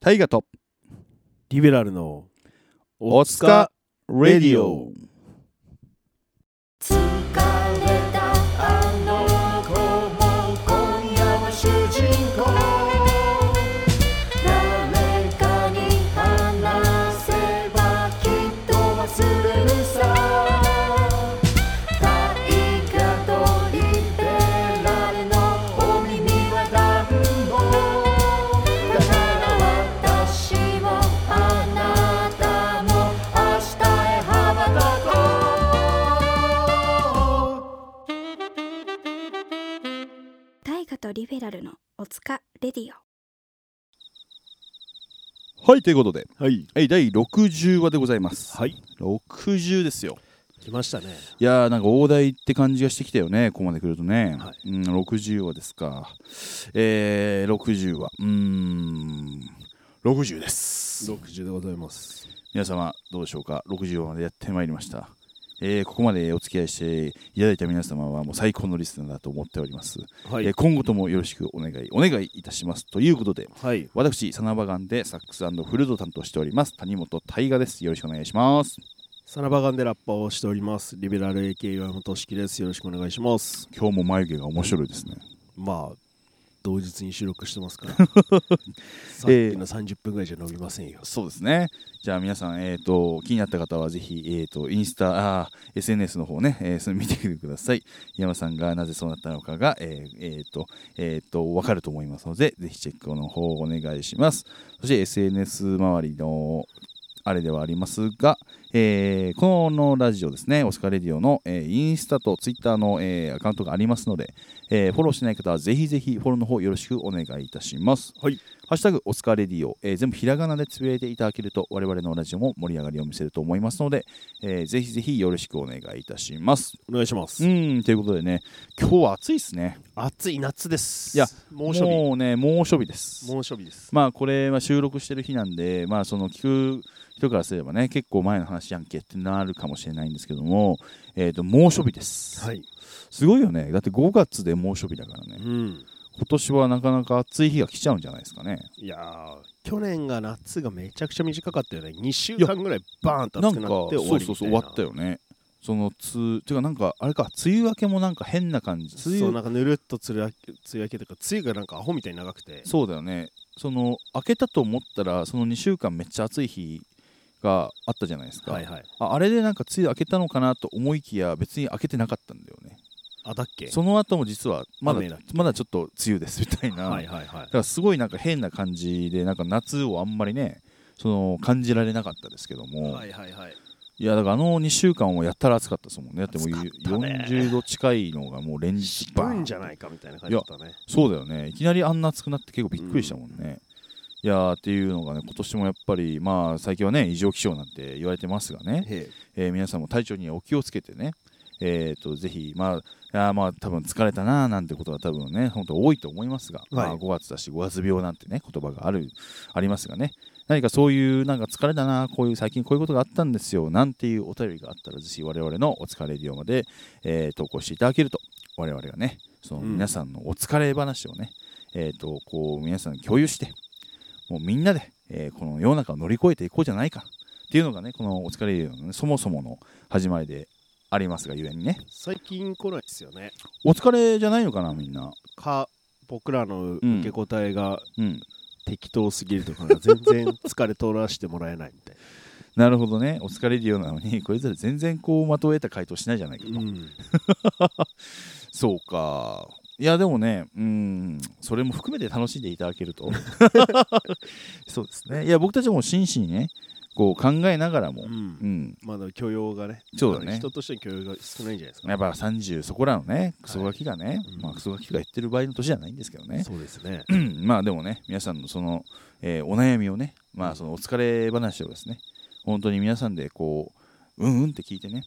大河とリベラルのおつかレディオ疲れたあの子も今夜は主人公誰かに話せばきっと忘れるさ大河とリベラルのお耳は暖房だから私もあなたも明日へ羽ばたこう大河とリベラルのおつかレディオはいということで、はいはい、第60話でございます、はい60ですよ来ましたねいやーなんか大台って感じがしてきたよねここまで来るとね、はうん、60話ですかえー、60話うーん60です60でございます皆様どうでしょうか60話までやってまいりましたえー、ここまでお付き合いしていただいた皆様はもう最高のリスナーだと思っております、はえー今後ともよろしくお願いお願いいたしますということではい私、サナバガンでサックスフルートを担当しております、谷本大河です。よろしくお願いします。サナバガンでラッパーをしておりますリベラル AK 岩本式ですよろしくお願いします今日も眉毛が面白いですね。まあ同日に収録してますから さっきの30分ぐらいじゃ伸びませんよ、そうですね。じゃあ皆さん、えー、と気になった方はぜひ、えー、とインスタ、あー SNS の方ね、えーそれ見てください。山さんがなぜそうなったのかが、えーえーとえー、と分かると思いますので、ぜひチェックの方をお願いします。そして SNS 周りのあれではありますが、えーこのラジオですね、オスカレディオの、えーインスタとツイッターの、えーアカウントがありますので、えーフォローしてない方はぜひぜひフォローの方よろしくお願いいたします。はい、ハッシュタグオスカレディオ、えー全部ひらがなでつぶやいていただけると、我々のラジオも盛り上がりを見せると思いますので、えーぜひぜひよろしくお願いいたします。お願いします、うん、ということでね、今日は暑いですね。暑い夏ですいや猛暑日もうね、猛暑日です。猛暑日ですまあこれは収録してる日なんで、まあ、その聞く人からすればね結構前の話やんけってなるかもしれないんですけども、えー、と猛暑日です、はいすごいよねだって5月で猛暑日だからうねん今年はなかなか暑い日が来ちゃうんじゃないですかねいやー去年が夏がめちゃくちゃ短かったよね2週間ぐらいバーンとなん暑かくなって終そわうりそうそうみたい終なわったよねそのつていうかなんかあれか梅雨明けもなんか変な感じ梅そう雨なんかぬるっとつるあけ梅雨明けというか梅雨がなんかアホみたいに長くてそうだよねその明けたと思ったらその2週間めっちゃ暑い日があったじゃないですか、はいはいああれでなんか梅雨明けたのかなと思いきや別に明けてなかったんだよねあだっけその後も実はまだ雨だっまだちょっと梅雨ですみたいな、はいはいはいだからすごいなんか変な感じでなんか夏をあんまりねその感じられなかったですけども、、はいいはいはいやだからあの2週間をやったら暑かったですもんねだってもう暑かったね40度近いのがもう連日ババーンンじゃないかみたいな感じだったねそうだよねいきなりあんな暑くなって結構びっくりしたもんね、いやーっていうのがね今年もやっぱりまあ最近はね異常気象なんて言われてますがね、へえー皆さんも体調にはお気をつけてね、えー、とぜひ、まあ、あーまあ多分疲れたなーなんてことは多分ね本当多いと思いますが、まあ、5月だし5月病なんてね言葉があるありますがね何かそういうなんか疲れたなーこういう最近こういうことがあったんですよなんていうお便りがあったらぜひ我々のお疲れディオまで、えー投稿していただけると我々がねそのうん皆さんのお疲れ話をね、えー、とこう皆さんに共有してもうみんなで、えーこの世の中を乗り越えていこうじゃないかっていうのがねこの「お疲れディオの、ね、そもそもの始まりでありますがゆえにね最近来ないですよねお疲れじゃないのかなみんなか僕らのうん受け答えがうん適当すぎるとかが全然疲れ取らせてもらえないみたいなるほどねお疲れディオなのにこれぞれ全然こう的を得た回答しないじゃないかと、な、うん、そうかいやでもねうんそれも含めて楽しんでいただけると そうですねいや僕たちも真摯にねこう考えながらも、うん、まだ許容がねそうだねあの人としての許容が少ないんじゃないですか、やっぱ30そこらのねクソガキがね、うんまあ、クソガキが言ってる場合の年じゃないんですけどねそうですねうん まあでもね皆さんのその、えーお悩みをねまあそのお疲れ話をですね本当に皆さんでこううんうんって聞いてね、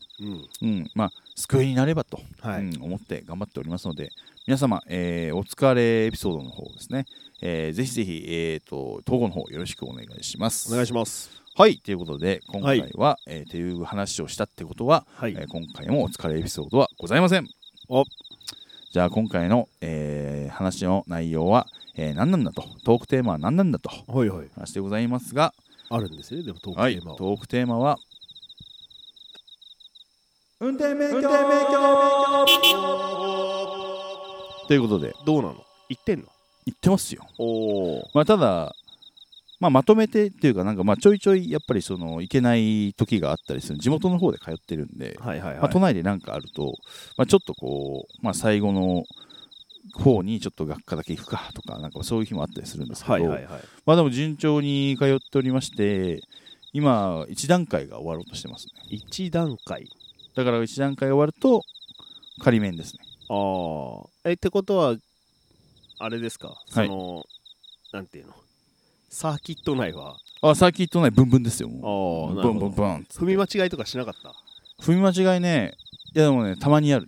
うんうんまあ、救いになればと、はい、うん思って頑張っておりますので皆様、えーお疲れエピソードの方ですね、えーぜひぜひ、えー、と投稿の方よろしくお願いします。お願いしますはいということで今回は、えーっていう話をしたってことは、はいえー今回もお疲れエピソードはございません。おじゃあ今回の、えー話の内容は、えー何なんだとトークテーマは何なんだとはいはい話でございますがあるんですねでもトークはいテーマは、トークテーマは運転免許運転免許ということでどうなの言ってんの言ってますよ、おおまあ、ただ、まあ、まとめてっていうかなんかまあちょいちょいやっぱりその行けない時があったりする地元の方で通ってるんで、はいはいまあ、都内でなんかあると、まあ、ちょっとこう、まあ、最後の方にちょっと学科だけ行くかとかなんかそういう日もあったりするんですけど、はいはいはいまあでも順調に通っておりまして今1段階が終わろうとしてますね一段階だから1段階終わると仮面ですねああえってことはあれですか、そいのなんていうのサーキット内はあサーキット内ブンブンですよもうああなブンるブほンどブン踏み間違いとかしなかった踏み間違いねいやでもねたまにある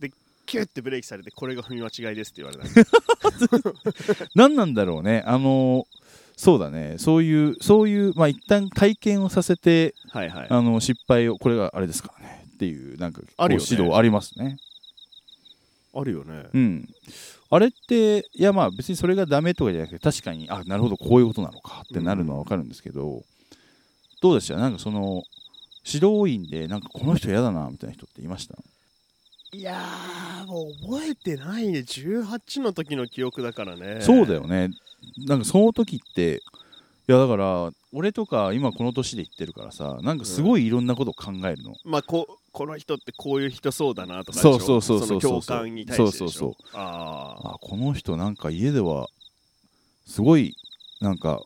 ねキュッてブレーキされてこれが踏み間違いですって言われた何なんだろうねあのそうだねそういうそういうまあ一旦体験をさせてはいはいあの失敗をこれがあれですからねっていうなんかこうあるよね指導ありますねあるよねうんあれっていやまあ別にそれがダメとかじゃなくて確かにあなるほどこういうことなのかってなるのはわかるんですけど、どうでしたなんかその指導員でなんかこの人嫌だなみたいな人っていましたいやーもう覚えてないね18の時の記憶だからねそうだよよねなんかその時っていやだから俺とか今この年で言ってるからさなんかすごいいろんなことを考えるの、まあこうこの人ってこういう人そうだなとかでしょそうそうそうそうの共感に対してでしょそうそうあああこの人なんか家ではすごいなんか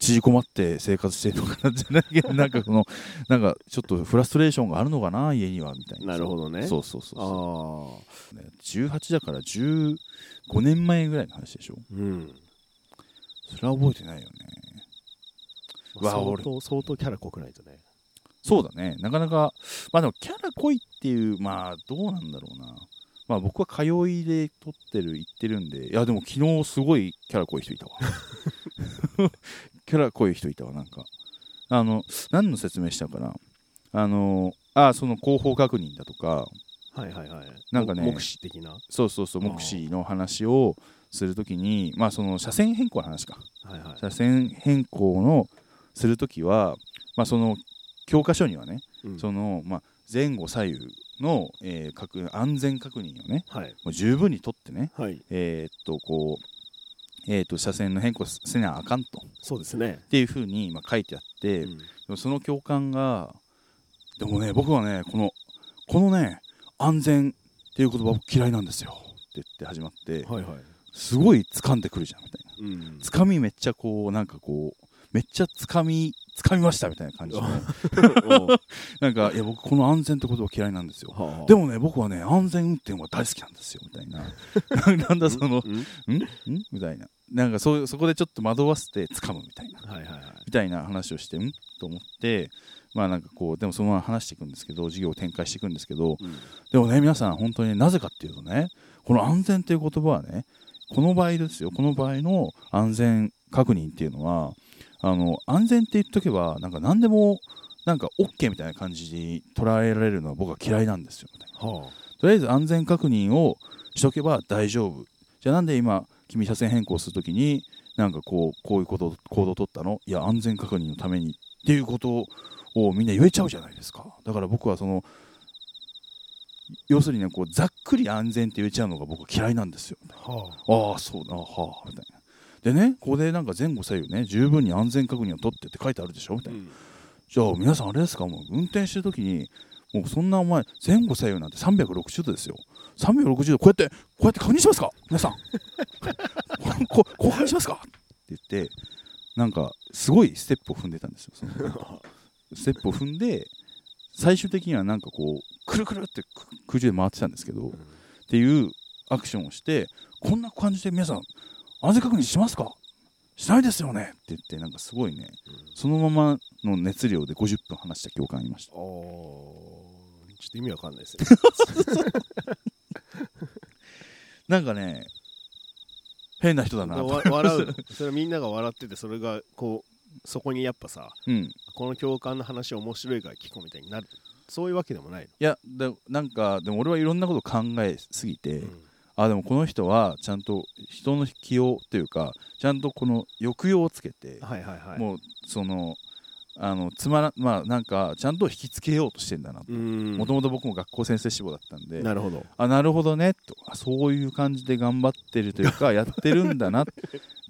縮こまって生活してるのかなじゃないけどなんかそのなんかちょっとフラストレーションがあるのかな家にはみたいななるほどねそうそうそうそああう、ね、18だから15年前ぐらいの話でしょうんそれは覚えてないよねまわああ相俺当相当キャラ濃くないとねそうだねなかなかまあでもキャラ濃いっていうまあどうなんだろうなまあ僕は通いで撮ってる行ってるんでいやでも昨日すごいキャラ濃い人いたわ キャラ濃い人いたわなんかあの何の説明したかなあのあその広報確認だとかはいはいはいなんかねも目視的なそうそうそうあー目視の話をするときにまあその車線変更の話かはいはい車線変更のするときはまあその教科書にはねうんその、まあ、前後左右の、えー確安全確認をねはいもう十分にとってね、はいえーっとこう、えーっと車線の変更せなあかんとっそうですねていうふうに、まあ、書いてあって、うんでもその教官がでもね僕はねこのこのね安全っていう言葉僕嫌いなんですよって言って始まってはいはいすごい掴んでくるじゃんみたいなうん掴みめっちゃこうなんかこうめっちゃ掴み掴みましたみたいな感じでなんかいや僕この安全って言葉嫌いなんですよで ももね僕はね安全運転は大好きなんですよみたいななんだその「んん?」みたいななんかそうそこでちょっと惑わせて掴むみたいなはいはいはいみたいな話をして「ん?」と思ってまあなんかこうでもそのまま話していくんですけど授業を展開していくんですけどうんでもね皆さん本当にねなぜかっていうとねこの安全っていう言葉はねこの場合ですよこの場合の安全確認っていうのはあの安全って言っとけばなんか何でもなんか OK みたいな感じに捉えられるのは僕は嫌いなんですよみたいな。はとりあえず安全確認をしとけば大丈夫じゃあなんで今君車線変更するときになんかこうこういうこと行動を取ったのいや安全確認のためにっていうことをみんな言えちゃうじゃないですかだから僕はその要するにねこうざっくり安全って言えちゃうのが僕は嫌いなんですよあはあああそうだはあみたいなでねここでなんか前後左右ね十分に安全確認を取ってって書いてあるでしょみたいなじゃあ皆さんあれですかもう運転してる時にもうそんなお前前後左右なんて360度ですよ360度こうやってこうやって確認しますか皆さん ここう確認しますかって言ってなんかすごいステップを踏んでたんですよそのステップを踏んで最終的にはなんかこうくるくるってく空中で回ってたんですけど、っていうアクションをしてこんな感じで皆さん安全確認しますかしないですよねって言ってなんかすごいねそのままの熱量で50分話した教官いましたあーちょっと意味わかんないで すね。なんかね変な人だなわと、笑うの。それみんなが笑ってて、それがこう、そこにやっぱさ、うん、この教官の話面白いから聞こうみたいになるそういうわけでもないいやでなんかでも俺はいろんなこと考えすぎて、の、あでもこの人はちゃんと人の起用というかちゃんとこの抑揚をつけて、はいはいはいもうそのあのつまらまあなんかちゃんと引きつけようとしてんだなうーんもともと僕も学校先生志望だったんでなるほどあなるほどねとあそういう感じで頑張ってるとい うかやってるんだな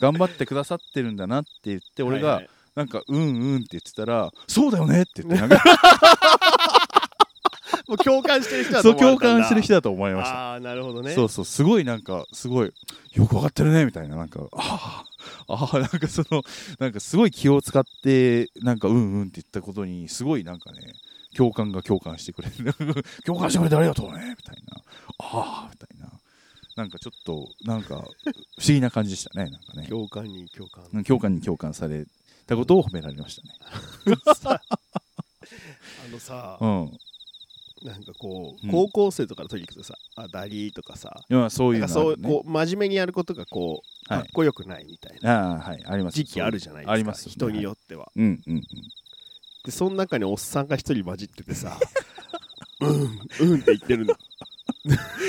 頑張ってくださってるんだなって言って俺はいがはいなんかうんうんって言ってたらそうだよねって言ってな んかもう共感してる人だとそう思われ共たんだ感してる人だと思われました。ああーなるほどねそうそうすごいなんかすごいよくわかってるねみたいななんかあーあーなんかそのなんかすごい気を使ってなんかうんうんって言ったことにすごいなんかね共感が共感してくれる 共感してくれてありがとうねみたいなああみたいななんかちょっとなんか不思議な感じでしたねなんかね共感に共感うん共感に共感されたことを褒められましたねあのさうんなんかこううん高校生とかの時に行くとさあダリーとかさいやそういなんうのかあそうるねこう真面目にやることがこうはかいっこよくないみたいなああはいあります時期あるじゃないですかありますよね人によってはうんうんうんでその中におっさんが一人混じっててさ うんうんって言ってるの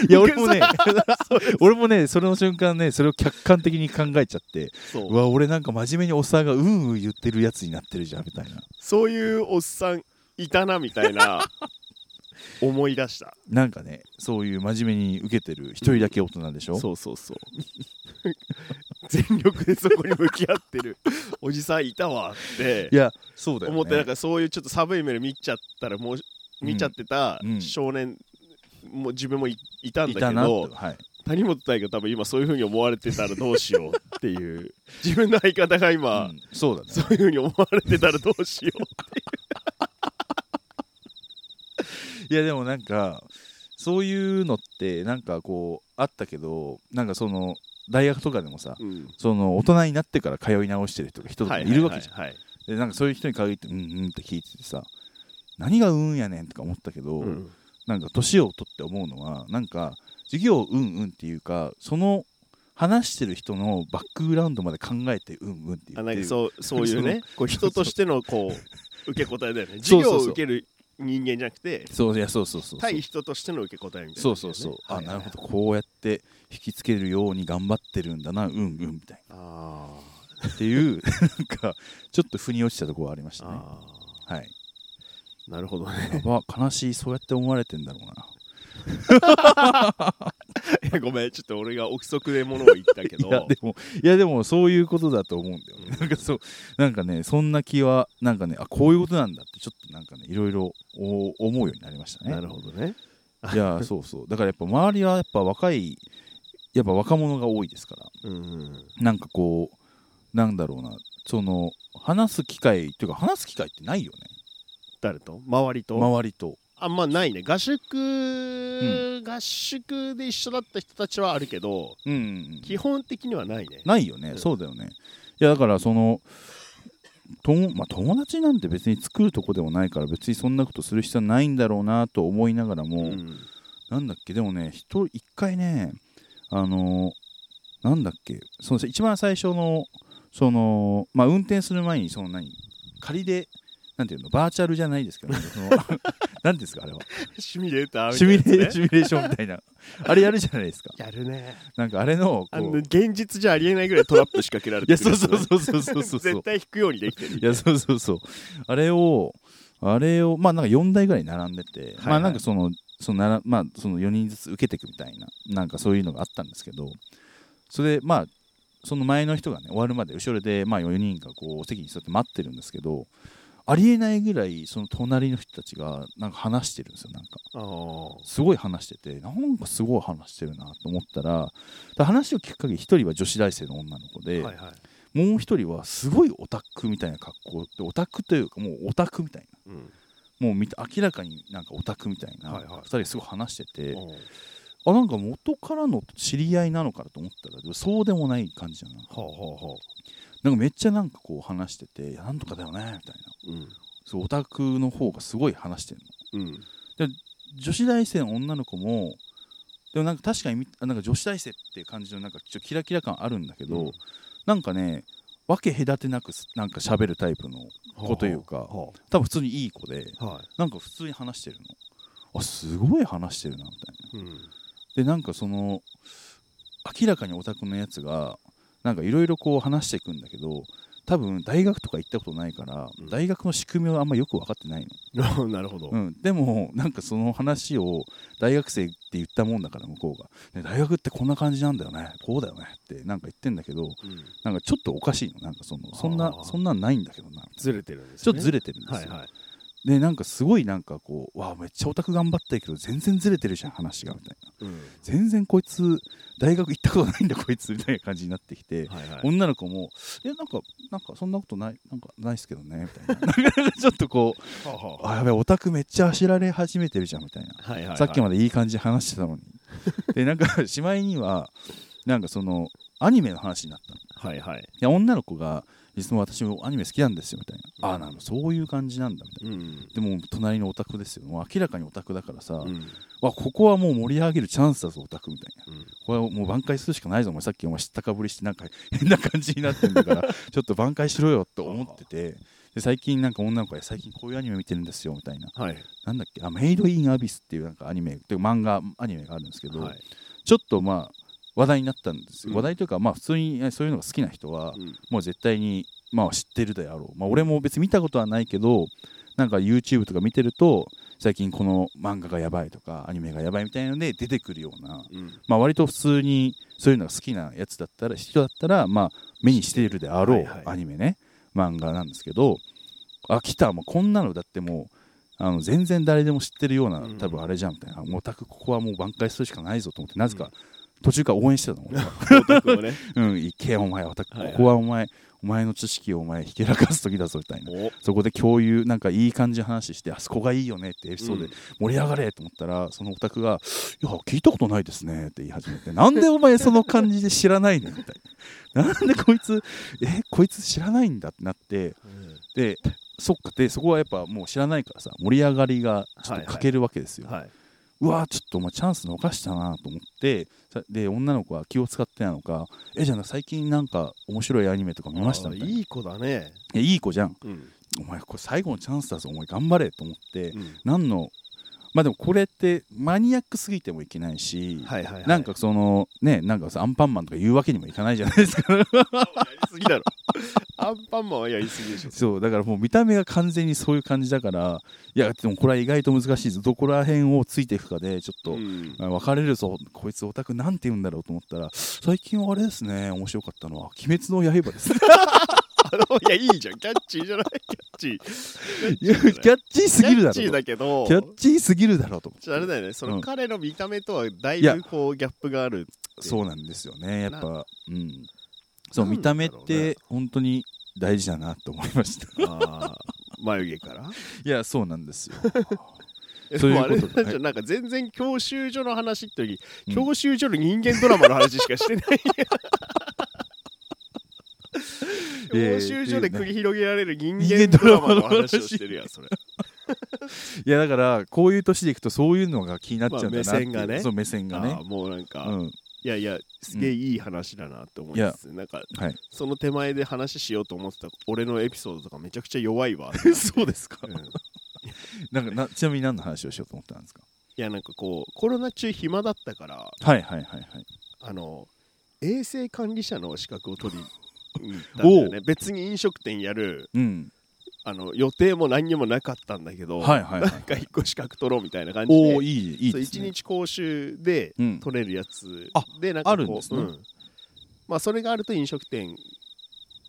いや俺もね そうです俺もねそれの瞬間ねそれを客観的に考えちゃってそううわ俺なんか真面目におっさんがうんうん言ってるやつになってるじゃんみたいなそういうおっさんいたなみたいな思い出したなんかねそういう真面目に受けてる一人だけ大人でしょ、そうそうそう 全力でそこに向き合ってる おじさんいたわっていやそうだよ、ね、思ってなんかそういうちょっと寒い目で見ちゃったらもう見ちゃってたうん少年、もう自分もいいたんいだたけなどとはい谷本大が多分今そういうふうに思われてたらどうしようっていう 自分の相方が今、うんそうだねそういうふうに思われてたらどうしよいやでもなんかそういうのってなんかこうあったけどなんかその大学とかでもさ う、うん、その大人になってから通い直してる人が人とかいるわけじゃんはいはいでなんかそういう人に限ってうんうんって聞いててさ何がうんやねんとか思ったけど、はいはいうんなんか年を取って思うのはなんか授業うんうんっていうかその話してる人のバックグラウンドまで考えてうんうんって言あっなんてかるそうそういうねこう人としてのこう受け答えだよね そ授うそうそう業を受ける人間じゃなくてそういやそうそうそうそう対人としての受け答えみたいなそ感うじそだようね、そう、はいはいあなるほどこうやって引きつけるように頑張ってるんだなうんうんみたいあなっていう なんかちょっと腑に落ちたところはありましーたねあはいーなるほどね やば悲しいそうやって思われてんだろうないやごめんちょっと俺が憶測でものを言ったけどいやでもいやでもそういうことだと思うんだよね、うんなんかそうなんかねそんな気はなんかねあこういうことなんだってちょっとなんかねいろいろお思うようになりましたねなるほどねいやそうそうだからやっぱ周りはやっぱ若いやっぱ若者が多いですからうんなんかこうなんだろうなその話す機会っていうか話す機会ってないよね誰と周りと、周りとあんまないね合宿、合宿で一緒だった人たちはあるけどうんうんうん基本的にはないねないよね、うんそうだよねいやだからそのとも、まあ、友達なんて別に作るとこでもないから別にそんなことする必要ないんだろうなと思いながらも、うんなんだっけでもね一人一回ねあのなんだっけその一番最初のそのまあ運転する前にその何仮でなんていうのバーチャルじゃないです けど、ね、そのなんですかあれはシミュレーターみシたいなミやつね、ュレーシミュレーションみたいなあれやるじゃないですかやるねなんかあれのこあのうい現実じゃありえないぐらいトラップ仕掛けられてやくるそうやつそねうそうそうそうそうそう絶対引くようにできてる いやそうそうそうあれをあれをまあなんか4台ぐらい並んでて、はいまあなんかそのそのならまあその4人ずつ受けていくみたいななんかそういうのがあったんですけどそれでまあその前の人がね終わるまで後ろでまあ4人がこう席に座って待ってるんですけどありえないぐらいその隣の人たちがなんか話してるんですよなんかあーすごい話しててなんかすごい話してるなと思ったらで話を聞く限り1人は女子大生の女の子で、はいはいもう一人はすごいオタクみたいな格好でオタクというかもうオタクみたいなうんもう見た明らかになんかオタクみたいなはいはい2人すごい話してて、うんあなんか元からの知り合いなのかなと思ったらでもそうでもない感じだなほうほうほなんかめっちゃなんかこう話してていやなんとかだよねみたいなううんそうオタクの方がすごい話してるうんの女子大生の女の子もでもなんか確かにみなんか女子大生っていう感じのなんかちょっとキラキラ感あるんだけど、うんなんかね分け隔てなくすなんか喋るタイプの子というかは多分普通にいい子であは、なんか普通に話してるのあすごい話してるなみたいないうん、でなんかその明らかにオタクのやつがなんかいろいろこう話していくんだけど多分大学とか行ったことないから、うん大学の仕組みはあんまよく分かってないのなるほど、うん、でもなんかその話を大学生って言ったもんだから向こうが、ね、大学ってこんな感じなんだよねこうだよねってなんか言ってんだけどうんなんかちょっとおかしいのなんかそのそんなあーそんなんないんだけどなずれてるんですちょよっねとずれてるんですよ、はいはいでなんかすごいなんかこうわあめっちゃオタク頑張ったけど全然ずれてるじゃん話がみたいなうん全然こいつ大学行ったことないんだ こいつみたいな感じになってきて、はいはい女の子も「えなんかなんかそんなことないなんかないっすけどね」みたいな なんかちょっとこうはあは「あやべえオタクめっちゃあしられ始めてるじゃん」みたいなあはいはいはいさっきままでいい感じで話してたのに。でなんか しまいにはなんかそのアニメの話になったの。いではいはいや女の子が「いつも私もアニメ好きなんですよ」みたいな「うんああなんかそういう感じなんだ」みたいうんな。でも隣のオタクですよもう明らかにオタクだからさ、うんわここはもう盛り上げるチャンスだぞオタクみたいなうんこれはもう挽回するしかないぞお前さっきお前知ったかぶりしてなんか 変な感じになってんだから ちょっと挽回しろよと思っててで最近なんか女の子が最近こういうアニメ見てるんですよみたいなはいなんだっけあメイド・イン・アビスっていうなんかアニメというか漫画アニメがあるんですけど、はいちょっとまあ話題になったんですよ、うん話題というかまあ普通にえそういうのが好きな人は、うんもう絶対にまあ知ってるであろう、まあ、俺も別に見たことはないけどなんか YouTube とか見てると最近この漫画がやばいとかアニメがやばいみたいなので出てくるような、うんまあ、割と普通にそういうのが好きなやつだったら人だったらまあ目にしているであろはいうはいアニメね、漫画なんですけどあ来たもうこんなのだってもうあの全然誰でも知ってるようなうん多分あれじゃんみたいな、もうたくここはもう挽回するしかないぞと思ってなぜうか途中から応援してたの、オタクをねうん、いけお前オタクはいはいここはお前お前の知識をお前ひけらかす時だぞみたいなおそこで共有なんかいい感じの話してあそこがいいよねってエピソードで盛り上がれと思ったら、そのオタクが「いや聞いたことないですね」って言い始めて「なんでお前その感じで知らないの?」みたいな「なんでこいつえこいつ知らないんだ」ってなってでそっかでそこはやっぱもう知らないからさ盛り上がりがちょっと欠けるわけですよ、はいうわーちょっとお前チャンス逃したなと思ってさで女の子は気を使ってなのか「えじゃあな最近なんか面白いアニメとか見ました」あーみたいないい子だねやいい子じゃんうんお前これ最後のチャンスだぞお前頑張れと思って、うん何のまあでもこれってマニアックすぎてもいけないし、はいはいはいなんかそのねなんかさアンパンマンとか言うわけにもいかないじゃないです かやりすぎだろアンパンマンはやりすぎでしょそうだからもう見た目が完全にそういう感じだからいやでもこれは意外と難しいぞどこら辺をついていくかでちょっと、うんあ分かれるぞこいつオタクなんて言うんだろうと思ったら最近はあれですね面白かったのは「鬼滅の刃」 ですねあのいやいいじゃんキャッチーじゃないキャッチーいやキャッチーすぎるだろキャッチーだとけどキャッチーすぎるだろうと思ってちょっとあれだよねそうのん彼の見た目とはだいいやぶこうギャップがあるそうなんですよねやっぱうんそうなん見だたろうね目って本当に大事だなと思いましたあー眉毛からいやそうなんです よ えそうでいうこも とあでれなんじゃんはなんか全然教習所の話って時、うん教習所の人間ドラマの話しかしてない いやいや教習所で繰り広げられる人人間ド間ドララママのの話話ををししててるやんそれいやだからこういう年でいくとそういうのが気になっちゃうんだなっていうまあ目線がねそう目線があねーもうなんか、うんいやいやすげえいい話だなって思います、なんかはいその手前で話しようと思ってた俺のエピソードとかめちゃくちゃ弱いわってなって そうですかうんいなんかなちなみに何の話をしようと思ったんですかやなんかこうコロナ中暇だったからはいはいはいはいあの衛生管理者の資格を取りに行ったんだよね別に飲食店やるうんあの予定も何にもなかったんだけど、はいはいはないんか一個資格取ろうみたいな感 じでおおいいいいそうで一すね日講習でうん取れるやつあでなんかこうあるんですねうんまあ、それがあると飲食店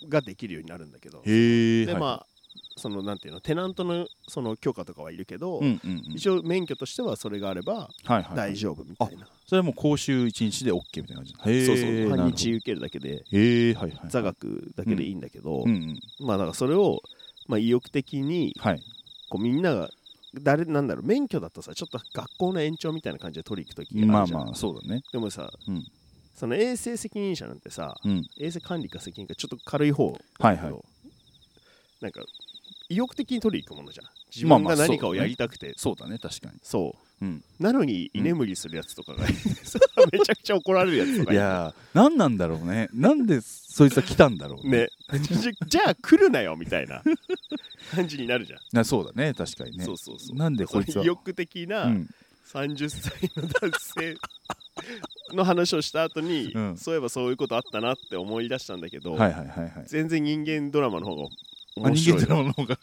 ができるようになるんだけどへえでまあそのなんていうのテナントのその許可とかはいるけど、うんうんうん一応免許としてはそれがあれはばいはいはい大丈夫みたいな、それはもう講習一日で OK みたいな感じへえそうそうなるほ半ど日受けるだけでへえはいはい座学だけでいいんだけど、うんうんまあだからそれを、まあ、意欲的にはいこうみんなが誰なんだろう免許だとさちょっと学校の延長みたいな感じで取り行く時があまるあじゃん、まあそうだねでもさ、うんその衛生責任者なんてさうん衛生管理か責任かちょっと軽い方はいだけはいど、なんか意欲的に取り行くものじゃん自まあ分まあが何かそをうやりたくて、そうだね確かにそううんなのに居眠りするやつとかがいて、 めちゃくちゃ怒られるやつとかいいてやー何なんだろうねなんでそいつは来たんだろう ねじゃじゃあ来るなよみたいな感じになるじゃん、なそうだね確かにねそうそうそうなんでこいつそはの意欲的うなん30歳の男性の話をした後に、うんそういえばそういうことあったなって思い出したんだけど、はいはいはいはい全然人間ドラマの方があ面人白い間ドラマの方が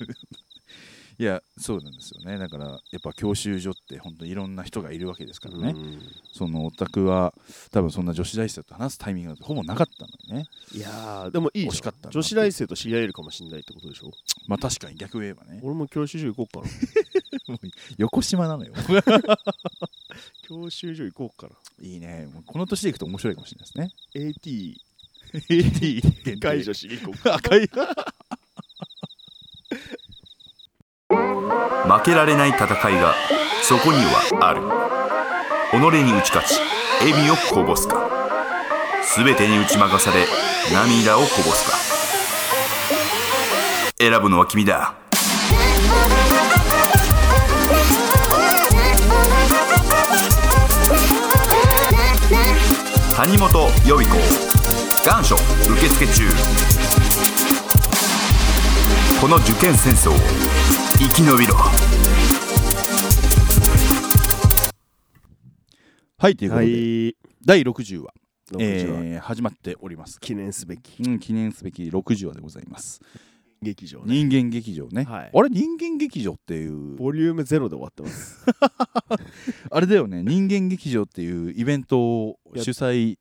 いやそうなんですよねだからやっぱ教習所って本当いろんな人がいるわけですからね、うんそのオタクは多分そんな女子大生と話すタイミングなんてほぼなかったのよねいやーでもいいじゃん惜しかったな女子大生と知り合えるかもしれないってことでしょまあ確かに逆を言えばね俺も教習所行こうかな 横島なの よ教習所行こうかないいねもうこの年でいくと面白いかもしれないですね AT AT 限定 解除しに行こうか赤い負けられない戦いがそこにはある己に打ち勝ち笑みをこぼすか全てに打ち負かされ涙をこぼすか選ぶのは君だ谷本予備校願書受付中この受験戦争を生き延びろ はいということで、い第60話60話えー始まっております記念すべきうん、記念すべき60話でございます劇場ね人間劇場ね、はいあれ人間劇場っていうボリュームゼロで終わってますあれだよね人間劇場っていうイベントをや主催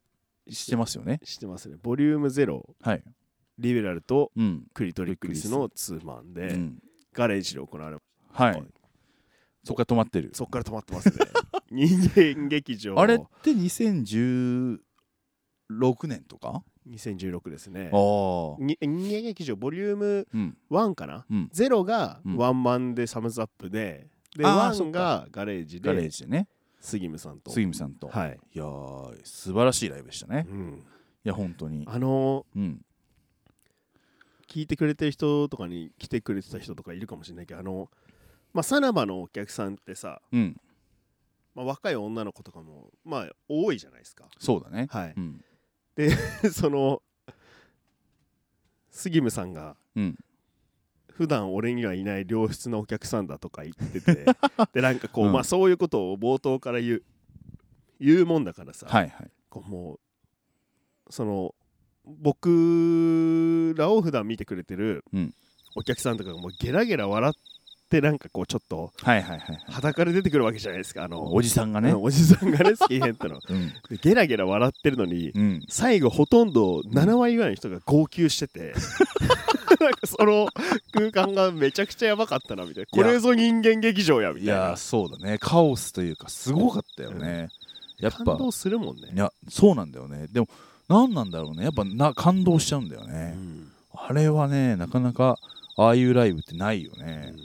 してますよね知ってますねボリュームゼロはいリベラルとうん、クリトリックリスのツーマンで、うんガレージで行われはい、はいそこから止まってるそっから止まって ますね人間劇場あれって2016年とか2016ですねああに人間劇場ボリュームうん1かな、うんゼロがうんワンマンでサムズアップで、であー1がガレージガレーでジでね杉ムさんと杉見さんと、はい、い、やー素晴らしいライブでしたね、ういん、や本当にあのうんー聞いてくれてる人とかに来てくれてた人とかいるかもしれないけどあのまあさらばのお客さんってさ、うんまあ、若い女の子とかもまあ多いじゃないですかそうだねはいうん その杉ムさんがうん普段俺にはいない良質なお客さんだとか言っ ててでなんかこう、うんまあそういうことを冒頭から言う言うもんだからさ、はいはいこうもうその僕らを普段見てくれてるうんお客さんとかがもうゲラゲラ笑ってなんかこうちょっとはいはいはいはい裸で出てくるわけじゃないですかあのおじさんがねうんおじさんがねスキンヘッドのうんでゲラゲラ笑ってるのにうん最後ほとんど7割ぐらいの人が号泣してて なんかその空間がめちゃくちゃやばかったなみたいなこれぞ人間劇場やみたいいなやそうだねカオスというかすごかったよね、やっ感ぱ動するもんねいやそうなんだよねでも何なんだろうねやっぱな感動しちゃうんだようね、んあれはねなかなかああいうライブってないようね、んい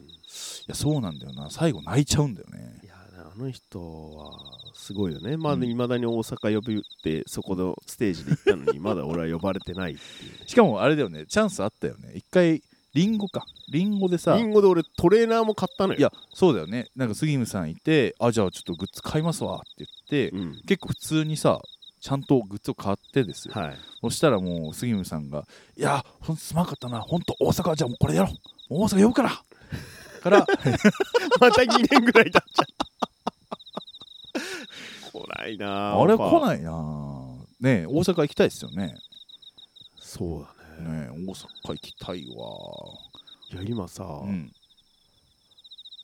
やそうなんだよな最後泣いちゃうんだよねいやあの人はすごいよねまうだんいまだに大阪呼ぶってそこのステージで行ったの にまだ俺は呼ばれてないっていうねしかもあれだよねチャンスあったよね一回リンゴかリンゴでさリンゴで俺トレーナーも買ったのよいやそうだよねなんか杉ムさんいてあじゃあちょっとグッズ買いますわって言って、うん結構普通にさちゃんとグッズを買ってですよ、はいそしたらもう杉ムさんが「いやほんとすまんかったなほんと大阪はじゃあもうこれやろうもう大阪呼ぶから」 からまた2年ぐらい経っ ちゃった。来ないなあれやっ来ぱないなぁねえ大阪行きたいですよねそうだね。ねえ大阪行きたいわいや、今さ、うん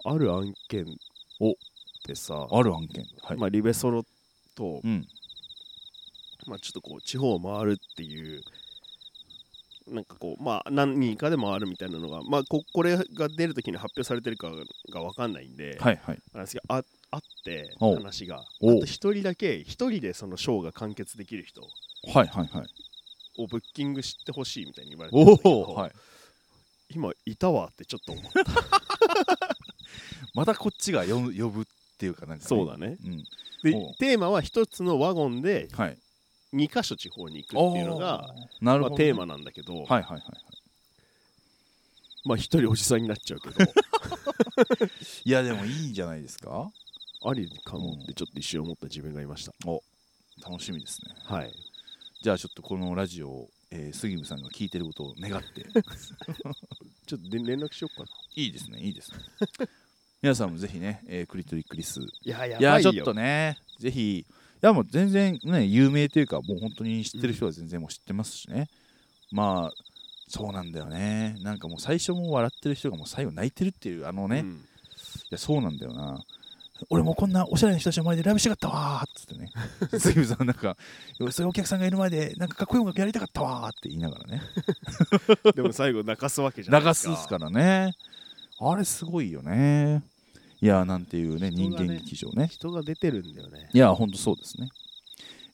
ある案件おでさ、ある案件はい、まあ、リベソロと、うんまあ、ちょっとこう、地方を回るっていう、なんかこう、まあ、何人かで回るみたいなのが、まあ、ここれが出るときに発表されてるかが分かんないんで、はいはいあれですけどああって、お話が、あおと一人だけ、一人でそのショーが完結できる人。はいはいはいをブッキングしてほしいみたいに言われてたんだけおどお、はい、今いたわってちょっと思っまたこっちが呼ぶ呼ぶっていうかなんか、そうだねうんてでおうテーマは一つのワゴンではい2箇所地方に行くっていうのおが、ーなるほまあ、ど、テーマなんだけはいど、はいはいはい まあ一人おじさんになっちゃうけどいやでもいいんじゃないですかありかもってちょっと一瞬思った自分がいました、楽しみですねはいじゃあちょっとこのラジオを、えー、杉部さんが聞いてることを願って ちょっとで連絡しようかないいですねいいですね皆さんもぜひね、えークリトリックリスいやいやちょっとねぜひいやもう全然ね有名というかもう本当に知ってる人は全然もう知ってますしね、まあそうなんだよねなんかもう最初も笑ってる人がもう最後泣いてるっていうあのね、いうんやそうなんだよな俺もこんなおしゃれな人たちの前でライブしたかったわーっつって ね杉浦さんなんかそういうお客さんがいる前でなんかかっこいい音楽やりたかったわーって言いながらねでも最後泣かすわけじゃない流ですすかっすからねあれすごいよねいやなんていうね人人がね間劇場ね人が出てるんだよねいや、ほんとそうですね。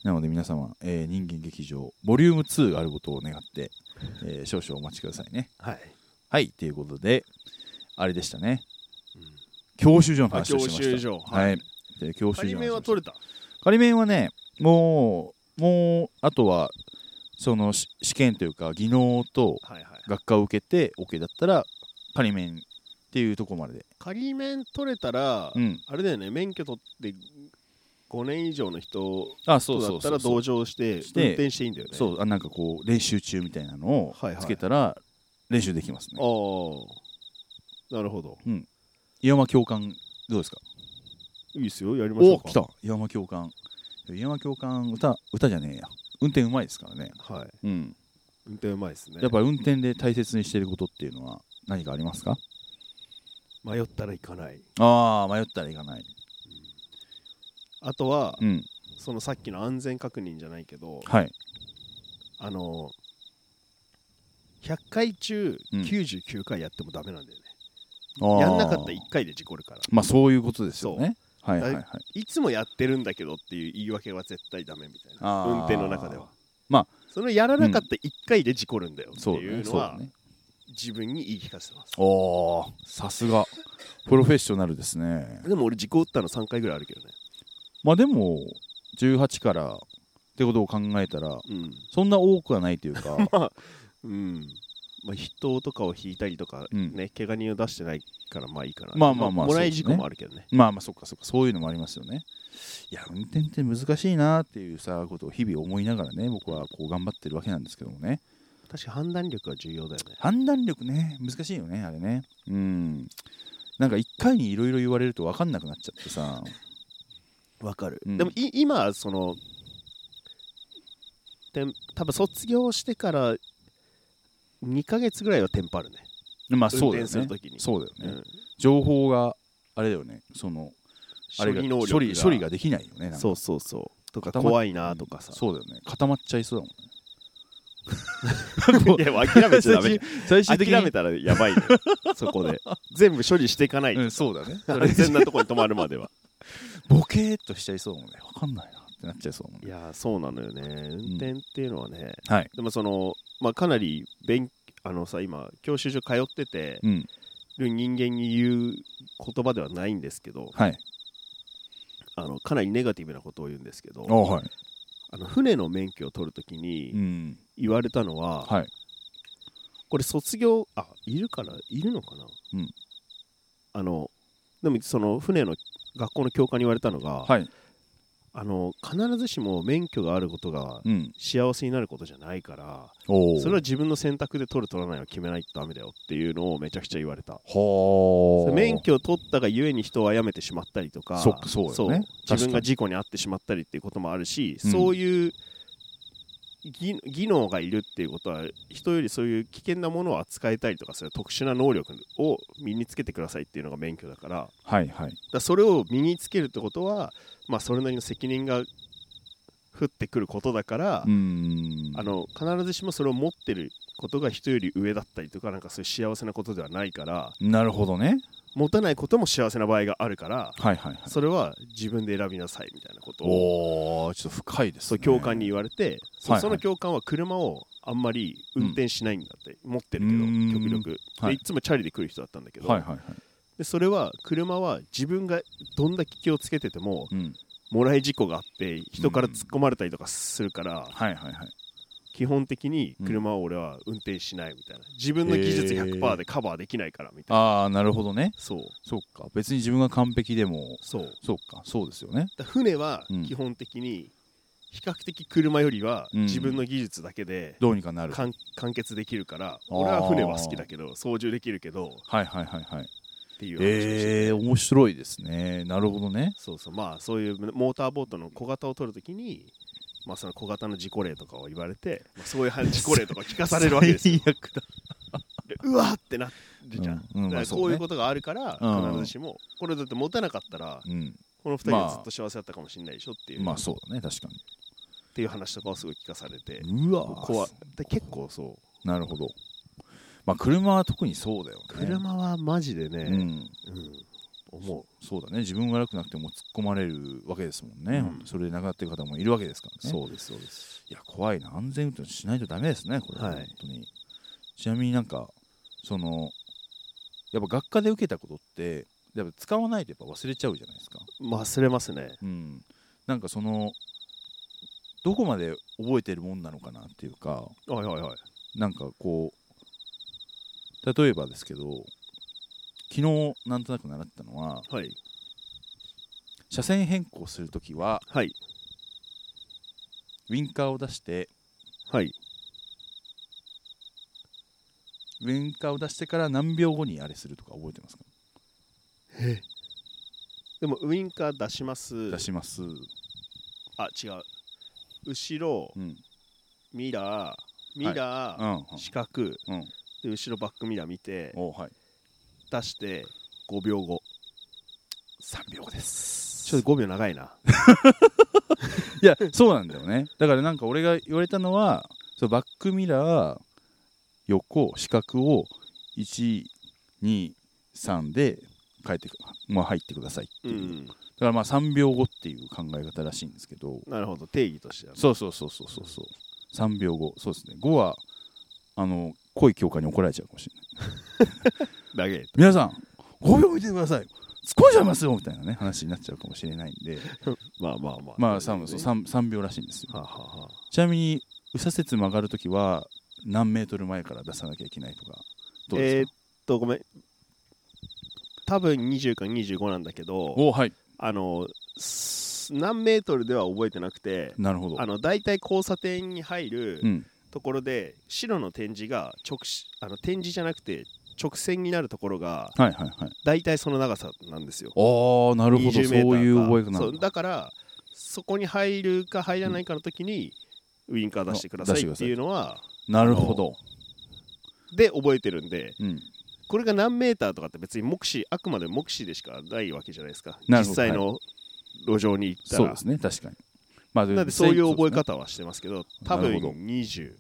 なので皆様、えー人間劇場、ボリューム2があることを願って、えー少々お待ちくださいね。はいはい、ということで、あれでしたね。うん教習所の話をしてました。あ教習所は。はいいで教習所仮の話を面は取れた仮面はね、もう、もう、あとは、そのし試験というか、技能とはいはい学科を受けて OK だったら、仮面っていうところまでで。仮面取れたら、うん。あれだよね免許取って5年以上の人あ、そとうだそうったそらうそう同乗してして運転していいんだよねそうあなんかこう練習中みたいなのをはいはいつけたら練習できますね、ああなるほど岩間教官どうですかいいですよやりましょおうか来た岩間教官岩間教官歌歌じゃねえや運転うまいですからねはいうん運転うまいですねやっぱり運転で大切にしてることっていうのは何かありますか迷ったら行かないああ迷ったらいかないあとは、うんそのさっきの安全確認じゃないけどはいあの100回中うん99回やってもダメなんだよね、あーやんなかったら1回で事故るからまあそういうことですよねはいはいはいいつもやってるんだけどっていう言い訳は絶対ダメみたいなあー運転の中ではまあそのやらなかった1回で事故るんだよってそういだねうのそうは、だね自分に言い聞かせてますおーさすがプロフェッショナルですねでも俺事故ったの3回ぐらいあるけどねまあでも18からってことを考えたらうんそんな多くはないという かうんまあ、人とかを引いたりとか、うんね、怪我人を出してないからまあいいかな。まあまあまあもらそういですね事故もあるけどね。まあまあそっかそっかそういうのもありますよねいや運転って難しいなっていうさことを日々思いながらね僕はこう頑張ってるわけなんですけどもね確か判断力は重要だよね。判断力ね難しいよねあれねうんなんか一回にいろいろ言われると分かんなくなっちゃってさわかるうんでもい今、その、てん多分卒業してから2ヶ月ぐらいはテンパるね。まあそうだよ運転するねときにそうだよね、うん情報があれだよねそのあ処れが理能力処理処理ができないよねなんかそうそうそう。とか固まっ怖いなとかさ。そうだよね固まっちゃいそうだもんね いや、諦めちゃダメ。 最終的に諦めたらやばいね そこで全部処理していかないと、うん、そうだね 安全なとこに止まるまではボケーっとしちゃいそうだもんね分かんないなってなっちゃいそうだもん いねやーそうなのよね運転っていうのはね、はいでもその、まあ、かなり勉あのさ今教習所通っててうんる人間に言う言葉ではないんですけどはいあのかなりネガティブなことを言うんですけどあはいあの船の免許を取るときうにん言われたのは、はいこれ卒業あいるからいるのかな、うんあのでもその船の学校の教官に言われたのが、はいあの必ずしも免許があることがうん幸せになることじゃないからおそれは自分の選択で取る取らないを決めないとダメだよっていうのをめちゃくちゃ言われたはあ免許を取ったがゆえに人を殺めてしまったりとかそっかそうよね確かに自分が事故に遭ってしまったりっていうこともあるし、うんそういう技技能がいるっていうことは人よりそういう危険なものを扱えたりとかそういう特殊な能力を身につけてくださいっていうのが免許だからはいはいだからそれを身につけるってことは、まあ、それなりの責任が降ってくることだから、うんあの必ずしもそれを持ってることが人より上だったりとかなんかそういう幸せなことではないからなるほどね持たないことも幸せな場合があるからはいはいはいそれは自分で選びなさいみたいなことをおおちょっと深いですそうね教官に言われてそ,、はいはいの教官は車をあんまり運転しないんだって、持ってるけうどーん極力、はいでいつもチャリで来る人だったんだけど、はいはいはいでそれは車は自分がどんだけ気をつけててもうんもらい事故があって人から突っ込まれたりとかするから、はいはいはい基本的に車を俺は運転しないみたいな自分の技術へー100%でカバーできないからみたいなああなるほどねそうそうか別に自分が完璧でもそうそうかそうですよねだ船はうん基本的に比較的車よりはうん自分の技術だけでどうにかなる完完結できるからあー俺は船は好きだけど操縦できるけどはいはいはいはいっていう話をしてえー、面白いですねなるほどねそうそうまあそういうモーターボートの小型を取るときにまあその小型の事故例とかを言われて、まあ、そういう 話事故例とか聞かされるわけですよ最悪だでうわーってなるじゃん、うんうんまあだからそうねこういうことがあるからうん必ずしも、これだって持てなかったらうんこの2人はずっと幸せだったかもしれないでしょっていう、まあそうだね確かっていう話とかをすごい聞かされてにうわー怖いで結構そうなるほどまあ車は特にそうだよね車はマジでうね、んうん思うそうだね自分が楽なくても突っ込まれるわけですもんね、うんそれで亡くなってる方もいるわけですからねうですそうですいや怖いな安全運転しないとダメですねこれ、はい本当にちなみになんかそのやっぱ学科で受けたことってやっぱ使わないとやっぱ忘れちゃうじゃないですか忘れますねうんなんかそのどこまで覚えてるもんなのかなっていうかはいはいはいなんかこう例えばですけど昨日なんとなく習ったのははい車線変更するときははいウィンカーを出してはいウィンカーを出してから何秒後にあれするとか覚えてますかでもウインカー出します出します、あ違う後ろうんうんミラーミラー、うん四角うん、で後ろバックミラー見ておはい出して5秒後3秒後ですちょっと5秒長いないやそうなんだよねだからなんか俺が言われたのはそのバックミラー横四角を123で変えてく、まあ、入ってくださいってういう、だんからまあ3秒後っていう考え方らしいんですけどなるほど定義としてはねそうそうそうそうそうそう3秒後そうですね5はあの濃い教科に怒られちゃうかもしれないだけ皆さん5秒見てください突っ込んじゃいますよみたいなね話になっちゃうかもしれないんでまあまあまあまあ 3, そうは 3, 3秒らしいんですよあはあはあちなみに右左折曲がるときは何メートル前から出さなきゃいけないとかどうえでーすっか、とごめん多分20か25なんだけどおはいあのす何メートルでは覚えてなくてなるほどあの大体交差点に入るうんところで白の点字が直しあの点字じゃなくて直線になるところがはいはいはい大体その長さなんですよ。ああなるほどそう 20m かいう覚え方なそんうだだからそこに入るか入らないかの時にウインカー出してくださ出しいてくっださていいうのはなるほど、で覚えてるんでうん、これが何メーターとかって別に目視あくまで目視でしかないわけじゃないですかなる実ほど際の路上に行ったそうらですね確かにまあなのでそういう覚え方はしてますけど多な分るほど20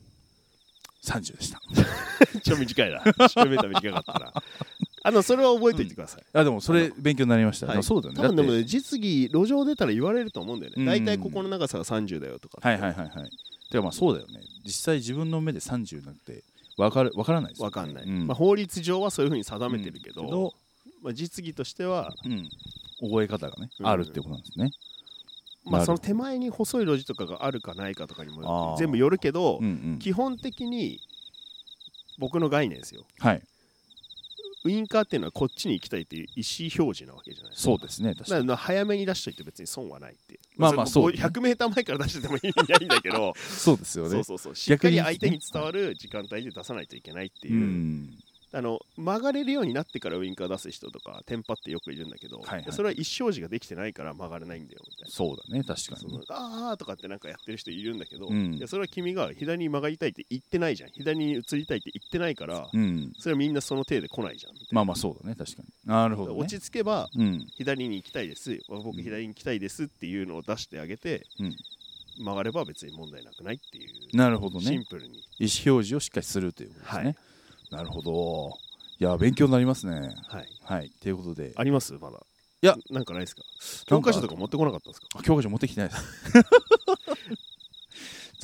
そうですね30でしたちょ短いな10メーター短かったなあのそれは覚えておいてください、あでもそれ勉強になりました、はいでもそうだよね多分でもだっねて実技路上出たら言われると思うんだようんね大体ここの長さが30だよとかはいはいはいはいでもまあそうだよね実際自分の目で30なんてわかるわからないですよわかんない、うんまあ、法律上はそういうふうに定めてるけど,、うんどまあ、実技としては、うん、覚え方がね、うんあるってことなんですねまなるあ、その手前に細い路地とかがあるかないかとかにあーも全部よるけど、うんうん基本的に僕の概念ですよはいウインカーっていうのはこっちに行きたいっていう意思表示なわけじゃないですかそうですね確かだにから早めに出しといて別に損はないっていうまあまあそう1 0 0ー前から出してても意味ないんだけどそうですよねそうそうそうしっかり相手に伝わる時間帯で出さないといけないっていう、うんあの曲がれるようになってからウインカー出す人とかテンパってよくいるんだけど、はいはいそれは一生時ができてないから曲がれないんだよみたいな。そうだね確かそにねのあーとかってなんかやってる人いるんだけど、うんいやそれは君が左に曲がりたいって言ってないじゃん左に移りたいって言ってないから、うんそれはみんなその手で来ないじゃんみたいなまあまあそうだね確かになるほど、ね、落ち着けばうん左に行きたいです僕左に行きたいですっていうのを出してあげて、うん曲がれば別に問題なくないっていうなるほどシンねプ意ルに思表示をしっかりするということですね、はいなるほどいや勉強になりますねはいはいということでありますまだいやなんかないですかな教んか科書とか持ってこなかったんですかあ教科書持ってきてないです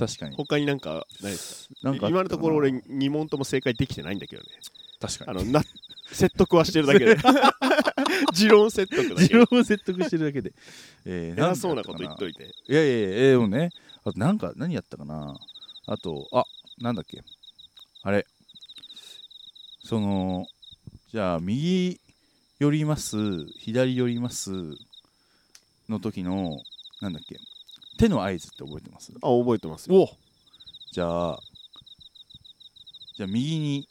確かに他になんかないですかなんかあったかな今のところ俺2問とも正解できてないんだけどね確かにあのな 説得はしてる だけで持論説得だ自けで分を説得してるだ けで、えー偉そうなこと言っといいていやいやいや、えーでもね、あとなんか何やったかな、あとあなんだっけあれそのじゃあ右寄ります左寄りますの時のなんだっけ手の合図って覚えてますあ覚えてますよおじゃあじゃあ右に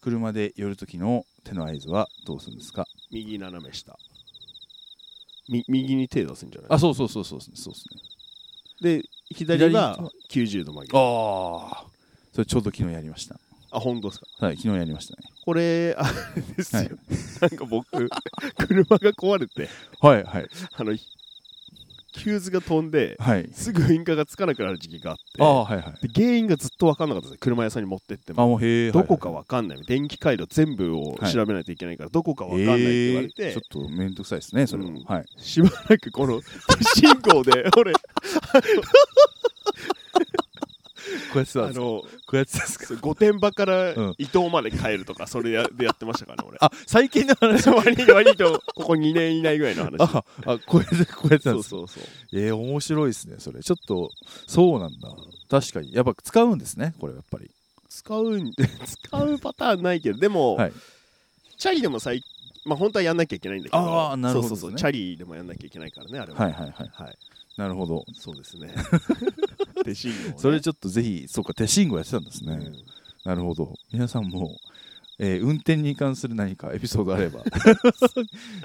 車で寄る時の手の合図はどうするんですか右斜め下み右に手出すんじゃないあそうそうそうそうそうですねで左が90度曲げるああそれちょうど昨日やりましたあ本当ですかはい昨日やりましたねこれあれですよ、 なんか僕車が壊れてはいはいあのヒューズが飛んではいすぐインカがつかなくなる時期があっあてあはいはいで原因がずっと分かんなかったです車屋さんに持ってってあももうへえどこか分かんない電気回路全部を調べないといけないからどこか分わかんないって言われて、ちょっと面倒くさいですねそれは、うんはいしばらくこの手信号で俺こうやってた あのこうやってたんです御殿場からうん伊東まで帰るとかそれやでやってましたからね俺あ最近の話割と割とここ2年以内ぐらいの話ああこうやってこうやってたんそでうすかそうそうえー、面白いですねそれちょっとそうなんだ確かにやっぱ使うんですねこれやっぱり 使うんで使うパターンないけどでも、はいチャリでも最まあ本当はやんなきゃいけないんだけどあーなるほどそうねそうそうチャリでもやんなきゃいけないからねあれははいはいはいはいなるほどそうで すね手信号ね、それちょっとぜひそうか手信号やってたんですね、うんなるほど皆さんも、えー運転に関する何かエピソードあ れば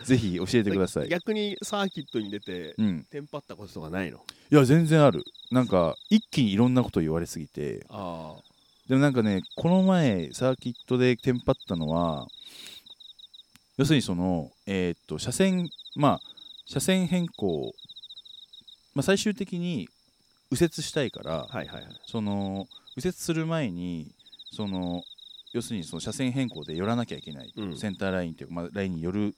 ぜひ教えてください逆にサーキットに出てうん、テンパったこととかないのいや全然あるなんか一気にいろんなこと言われすぎてああでもなんかねこの前サーキットでテンパったのは要するにそのえーっと車線まあ車線変更、まあ、最終的に右折したいから、はいはいはいその右折する前にその要するにその車線変更で寄らなきゃいけない、うんセンターラインっていうか、まあ、ラインに寄る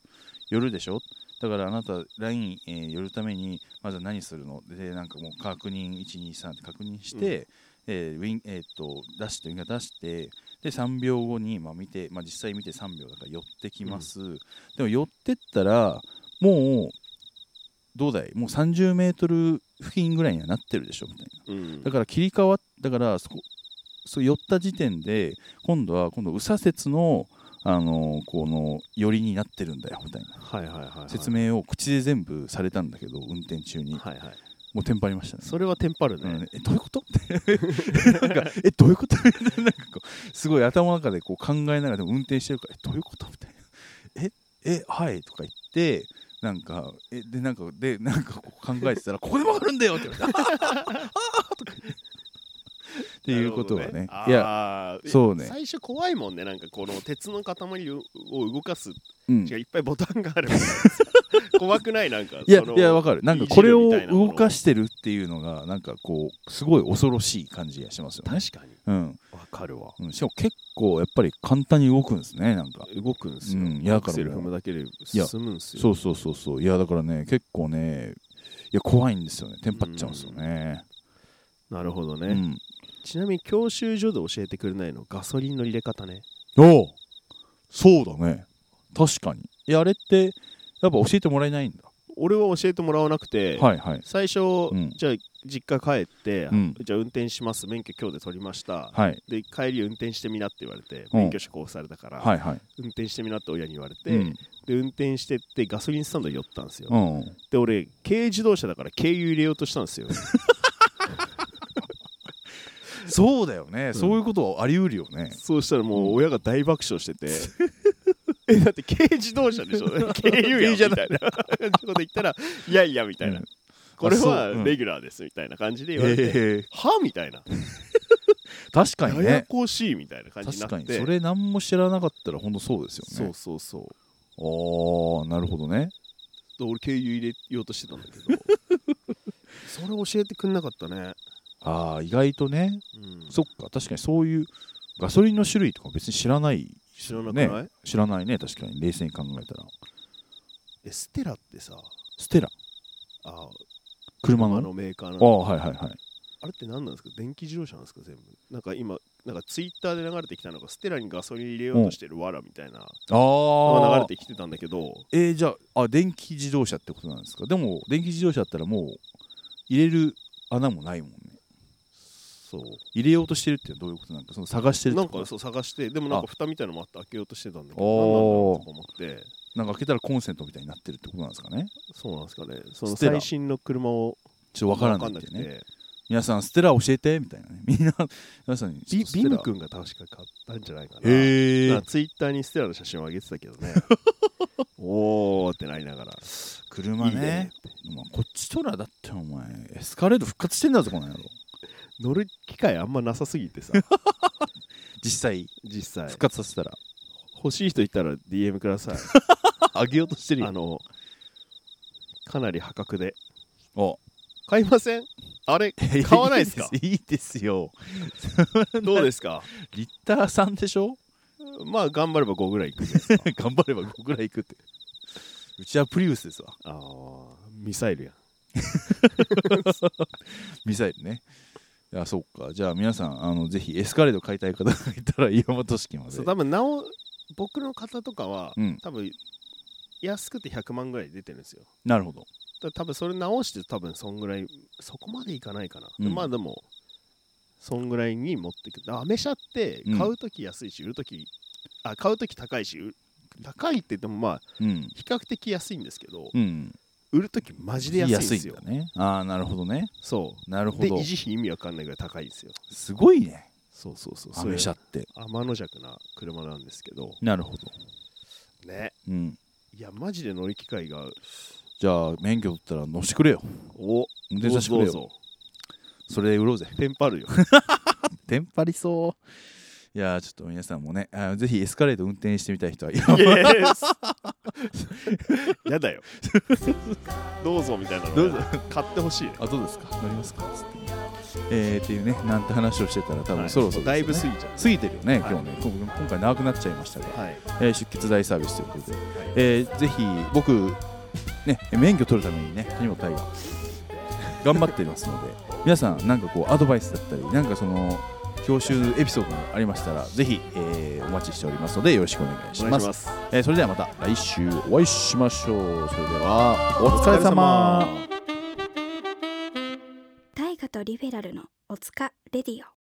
寄るでしょだからあなたライン、えー寄るためにまず何するのでなんかもう確認123って確認して、えーウィンえーっと出してウィンが出してで3秒後に、まあ、見て、まあ、実際見て3秒だから寄ってきます、でも寄ってったらもうどうだいもう3 0ル付近ぐらいにはなってるでしょみたいな。うんだから切り替わっだからそこそう寄った時点で今度は今度右左折のあのこの寄りになってるんだよみたいなはいはいはいはい説明を口で全部されたんだけど運転中にはいはいもうテンパりましたね。それはテンパるね、うんえどういうこと ってなんかえどういうことみ たいななんかこうすごい頭の中でこう考えながらでも運転してるからえどういうことみたいなええはいとか言ってなんかえでなんかでなんかこう考えてたらここで曲がるんだよって言われてあーあーあーとか言ってっていうことはねいややそうね最初怖いもんねなんかこの鉄の塊をを動かすうん違ういっぱいボタンがある みたいな怖くないなんかいやそのいやわかるなんかこれをいじるみたいなも動のかしてるっていうのがなんかこうすごい恐ろしい感じがしますよね確かにうん、わかるわうん、しかも結構やっぱり簡単に動くんですねなんか動くんすよ、うんいやだアからクセル踏むだけで進むんすよそうそうそうそういやだからね結構ねいや怖いんですよねテンパっちゃうんですよね、なるほどうね、んちなみに教習所で教えてくれないのガソリンの入れ方ねおうそうだね確かにいやあれってやっぱ教えてもらえないんだ俺は教えてもらわなくて、はいはい最初、うんじゃあ実家帰って、うんじゃあ運転します免許今日で取りました、はいで帰り運転してみなって言われてうん免許証交付されたから、はいはい運転してみなって親に言われて、うんで運転してってガソリンスタンド寄ったんですよ、うんで俺軽自動車だから軽油入れようとしたんですよそうだよね、そういうことはあり得るよね そうしたらもう親が大爆笑してて えだって軽自動車 でしょ軽油やんみたいなこと言ったら いやいやみたいうな、んこれあそううはんレギュラーですみたいな感じでえ言われて、ー、はみたいな、確かにややねこしいみたいな感じにな確っかてにそれ何も知らなかったらほんとそうですよそねうそうそうああなるほどねで俺軽油入れようとしてたんだけ どそれ教えてくんなかったね、ああ意外とねうんそっか確かにそういうガソリンの種類とか別に知らない知らなくない、ね知らないね確かに冷静に考えたらエステラってさステラあ車のあのメーカーあのあはいはいはいあれって何なんですか電気自動車なんですか全部なんか今なんかツイッターで流れてきたのがステラにガソリン入れようとしてるわらみたいなのあがあ流れてきてたんだけどえー、じゃああ電気自動車ってことなんですかでも電気自動車だったらもう入れる穴もないもんねそう入れようとしてるってどういうことなんかその探してるってなこんとかそう探してでもなんかあ蓋みたいのもあって開けようとしてたんだけどおー何なんだろうと思ってなんか開けたらコンセントみたいになってるってことなんですかねそうなんですかねそのステラ最新の車をちょっとわからないっわていかうんなくねて皆さんステラ教えてみたいなねみんな皆さんにちょっビとスビテラム君が確か買ったんじゃないかなへなんえかツイッターにステラの写真を上げてたけ どねおーってなりながら車いいねねまあこっちとらだってお前エスカレード復活してんだぞこの野郎乗る機会あんまなさすぎ てさ実際実際復活させたら欲しい人いたら DM く ださいあげようとしてあのかなり破格でお買いませんあれ 買わないですかいいですよどうですかリッターさんでしょ まあ頑張れば5ぐらいいくんじゃないですか頑張れば5ぐらいいくってうちはプリウスですわあーミサイルやん ミサイルねいやそうかじゃあ皆さんあのぜひエスカレード買いたい方がいたら岩本式までそう多分なお僕の方とかは、うん多分安くて100万ぐらい出てるんですよなるほどだ多分それ直して多分そんぐらいそこまでいかないかな、うんまあでもそんぐらいに持ってくるアメ車ってうん買う時安いし売る時、あ買う時高いし売高いって言ってもまあうん比較的安いんですけど、うん売る時マジで安いんですよ安いんだねああなるほどねそなるうほでど維持費意味わかんないぐらい高いんですよすごいねそうそうそうアメ車そういってう天の弱な車なんですけどなるほどねうんいやマジで乗る機会がじゃあ免許取ったら乗してくれよお運転させてくれよそれで売ろうぜテンパるよテンパりそういやーちょっと皆さんもねあーぜひエスカレード運転してみたい人はイエス やだよどうぞみたいなのどうぞ買ってほしいねあどうですか乗りますかつってえー、っていうねなんて話をしてたら多は分いそろそろですよね、だいぶ過ぎちゃ過ぎてるよね、はい今日ねこ今回長くなっちゃいましたが、うはいえー出血大サービスということで、えーぜひ僕、ね、免許取るためにね谷本大が頑張っていますので皆さんなんかこうアドバイスだったりなんかその教習エピソードがありましたらぜひ、えーお待ちしておりますのでよろしくお願いしお願まいすしますえーそれではまた来週お会いしましょうそれではお疲れ様大河とリベラルのおつかレディオ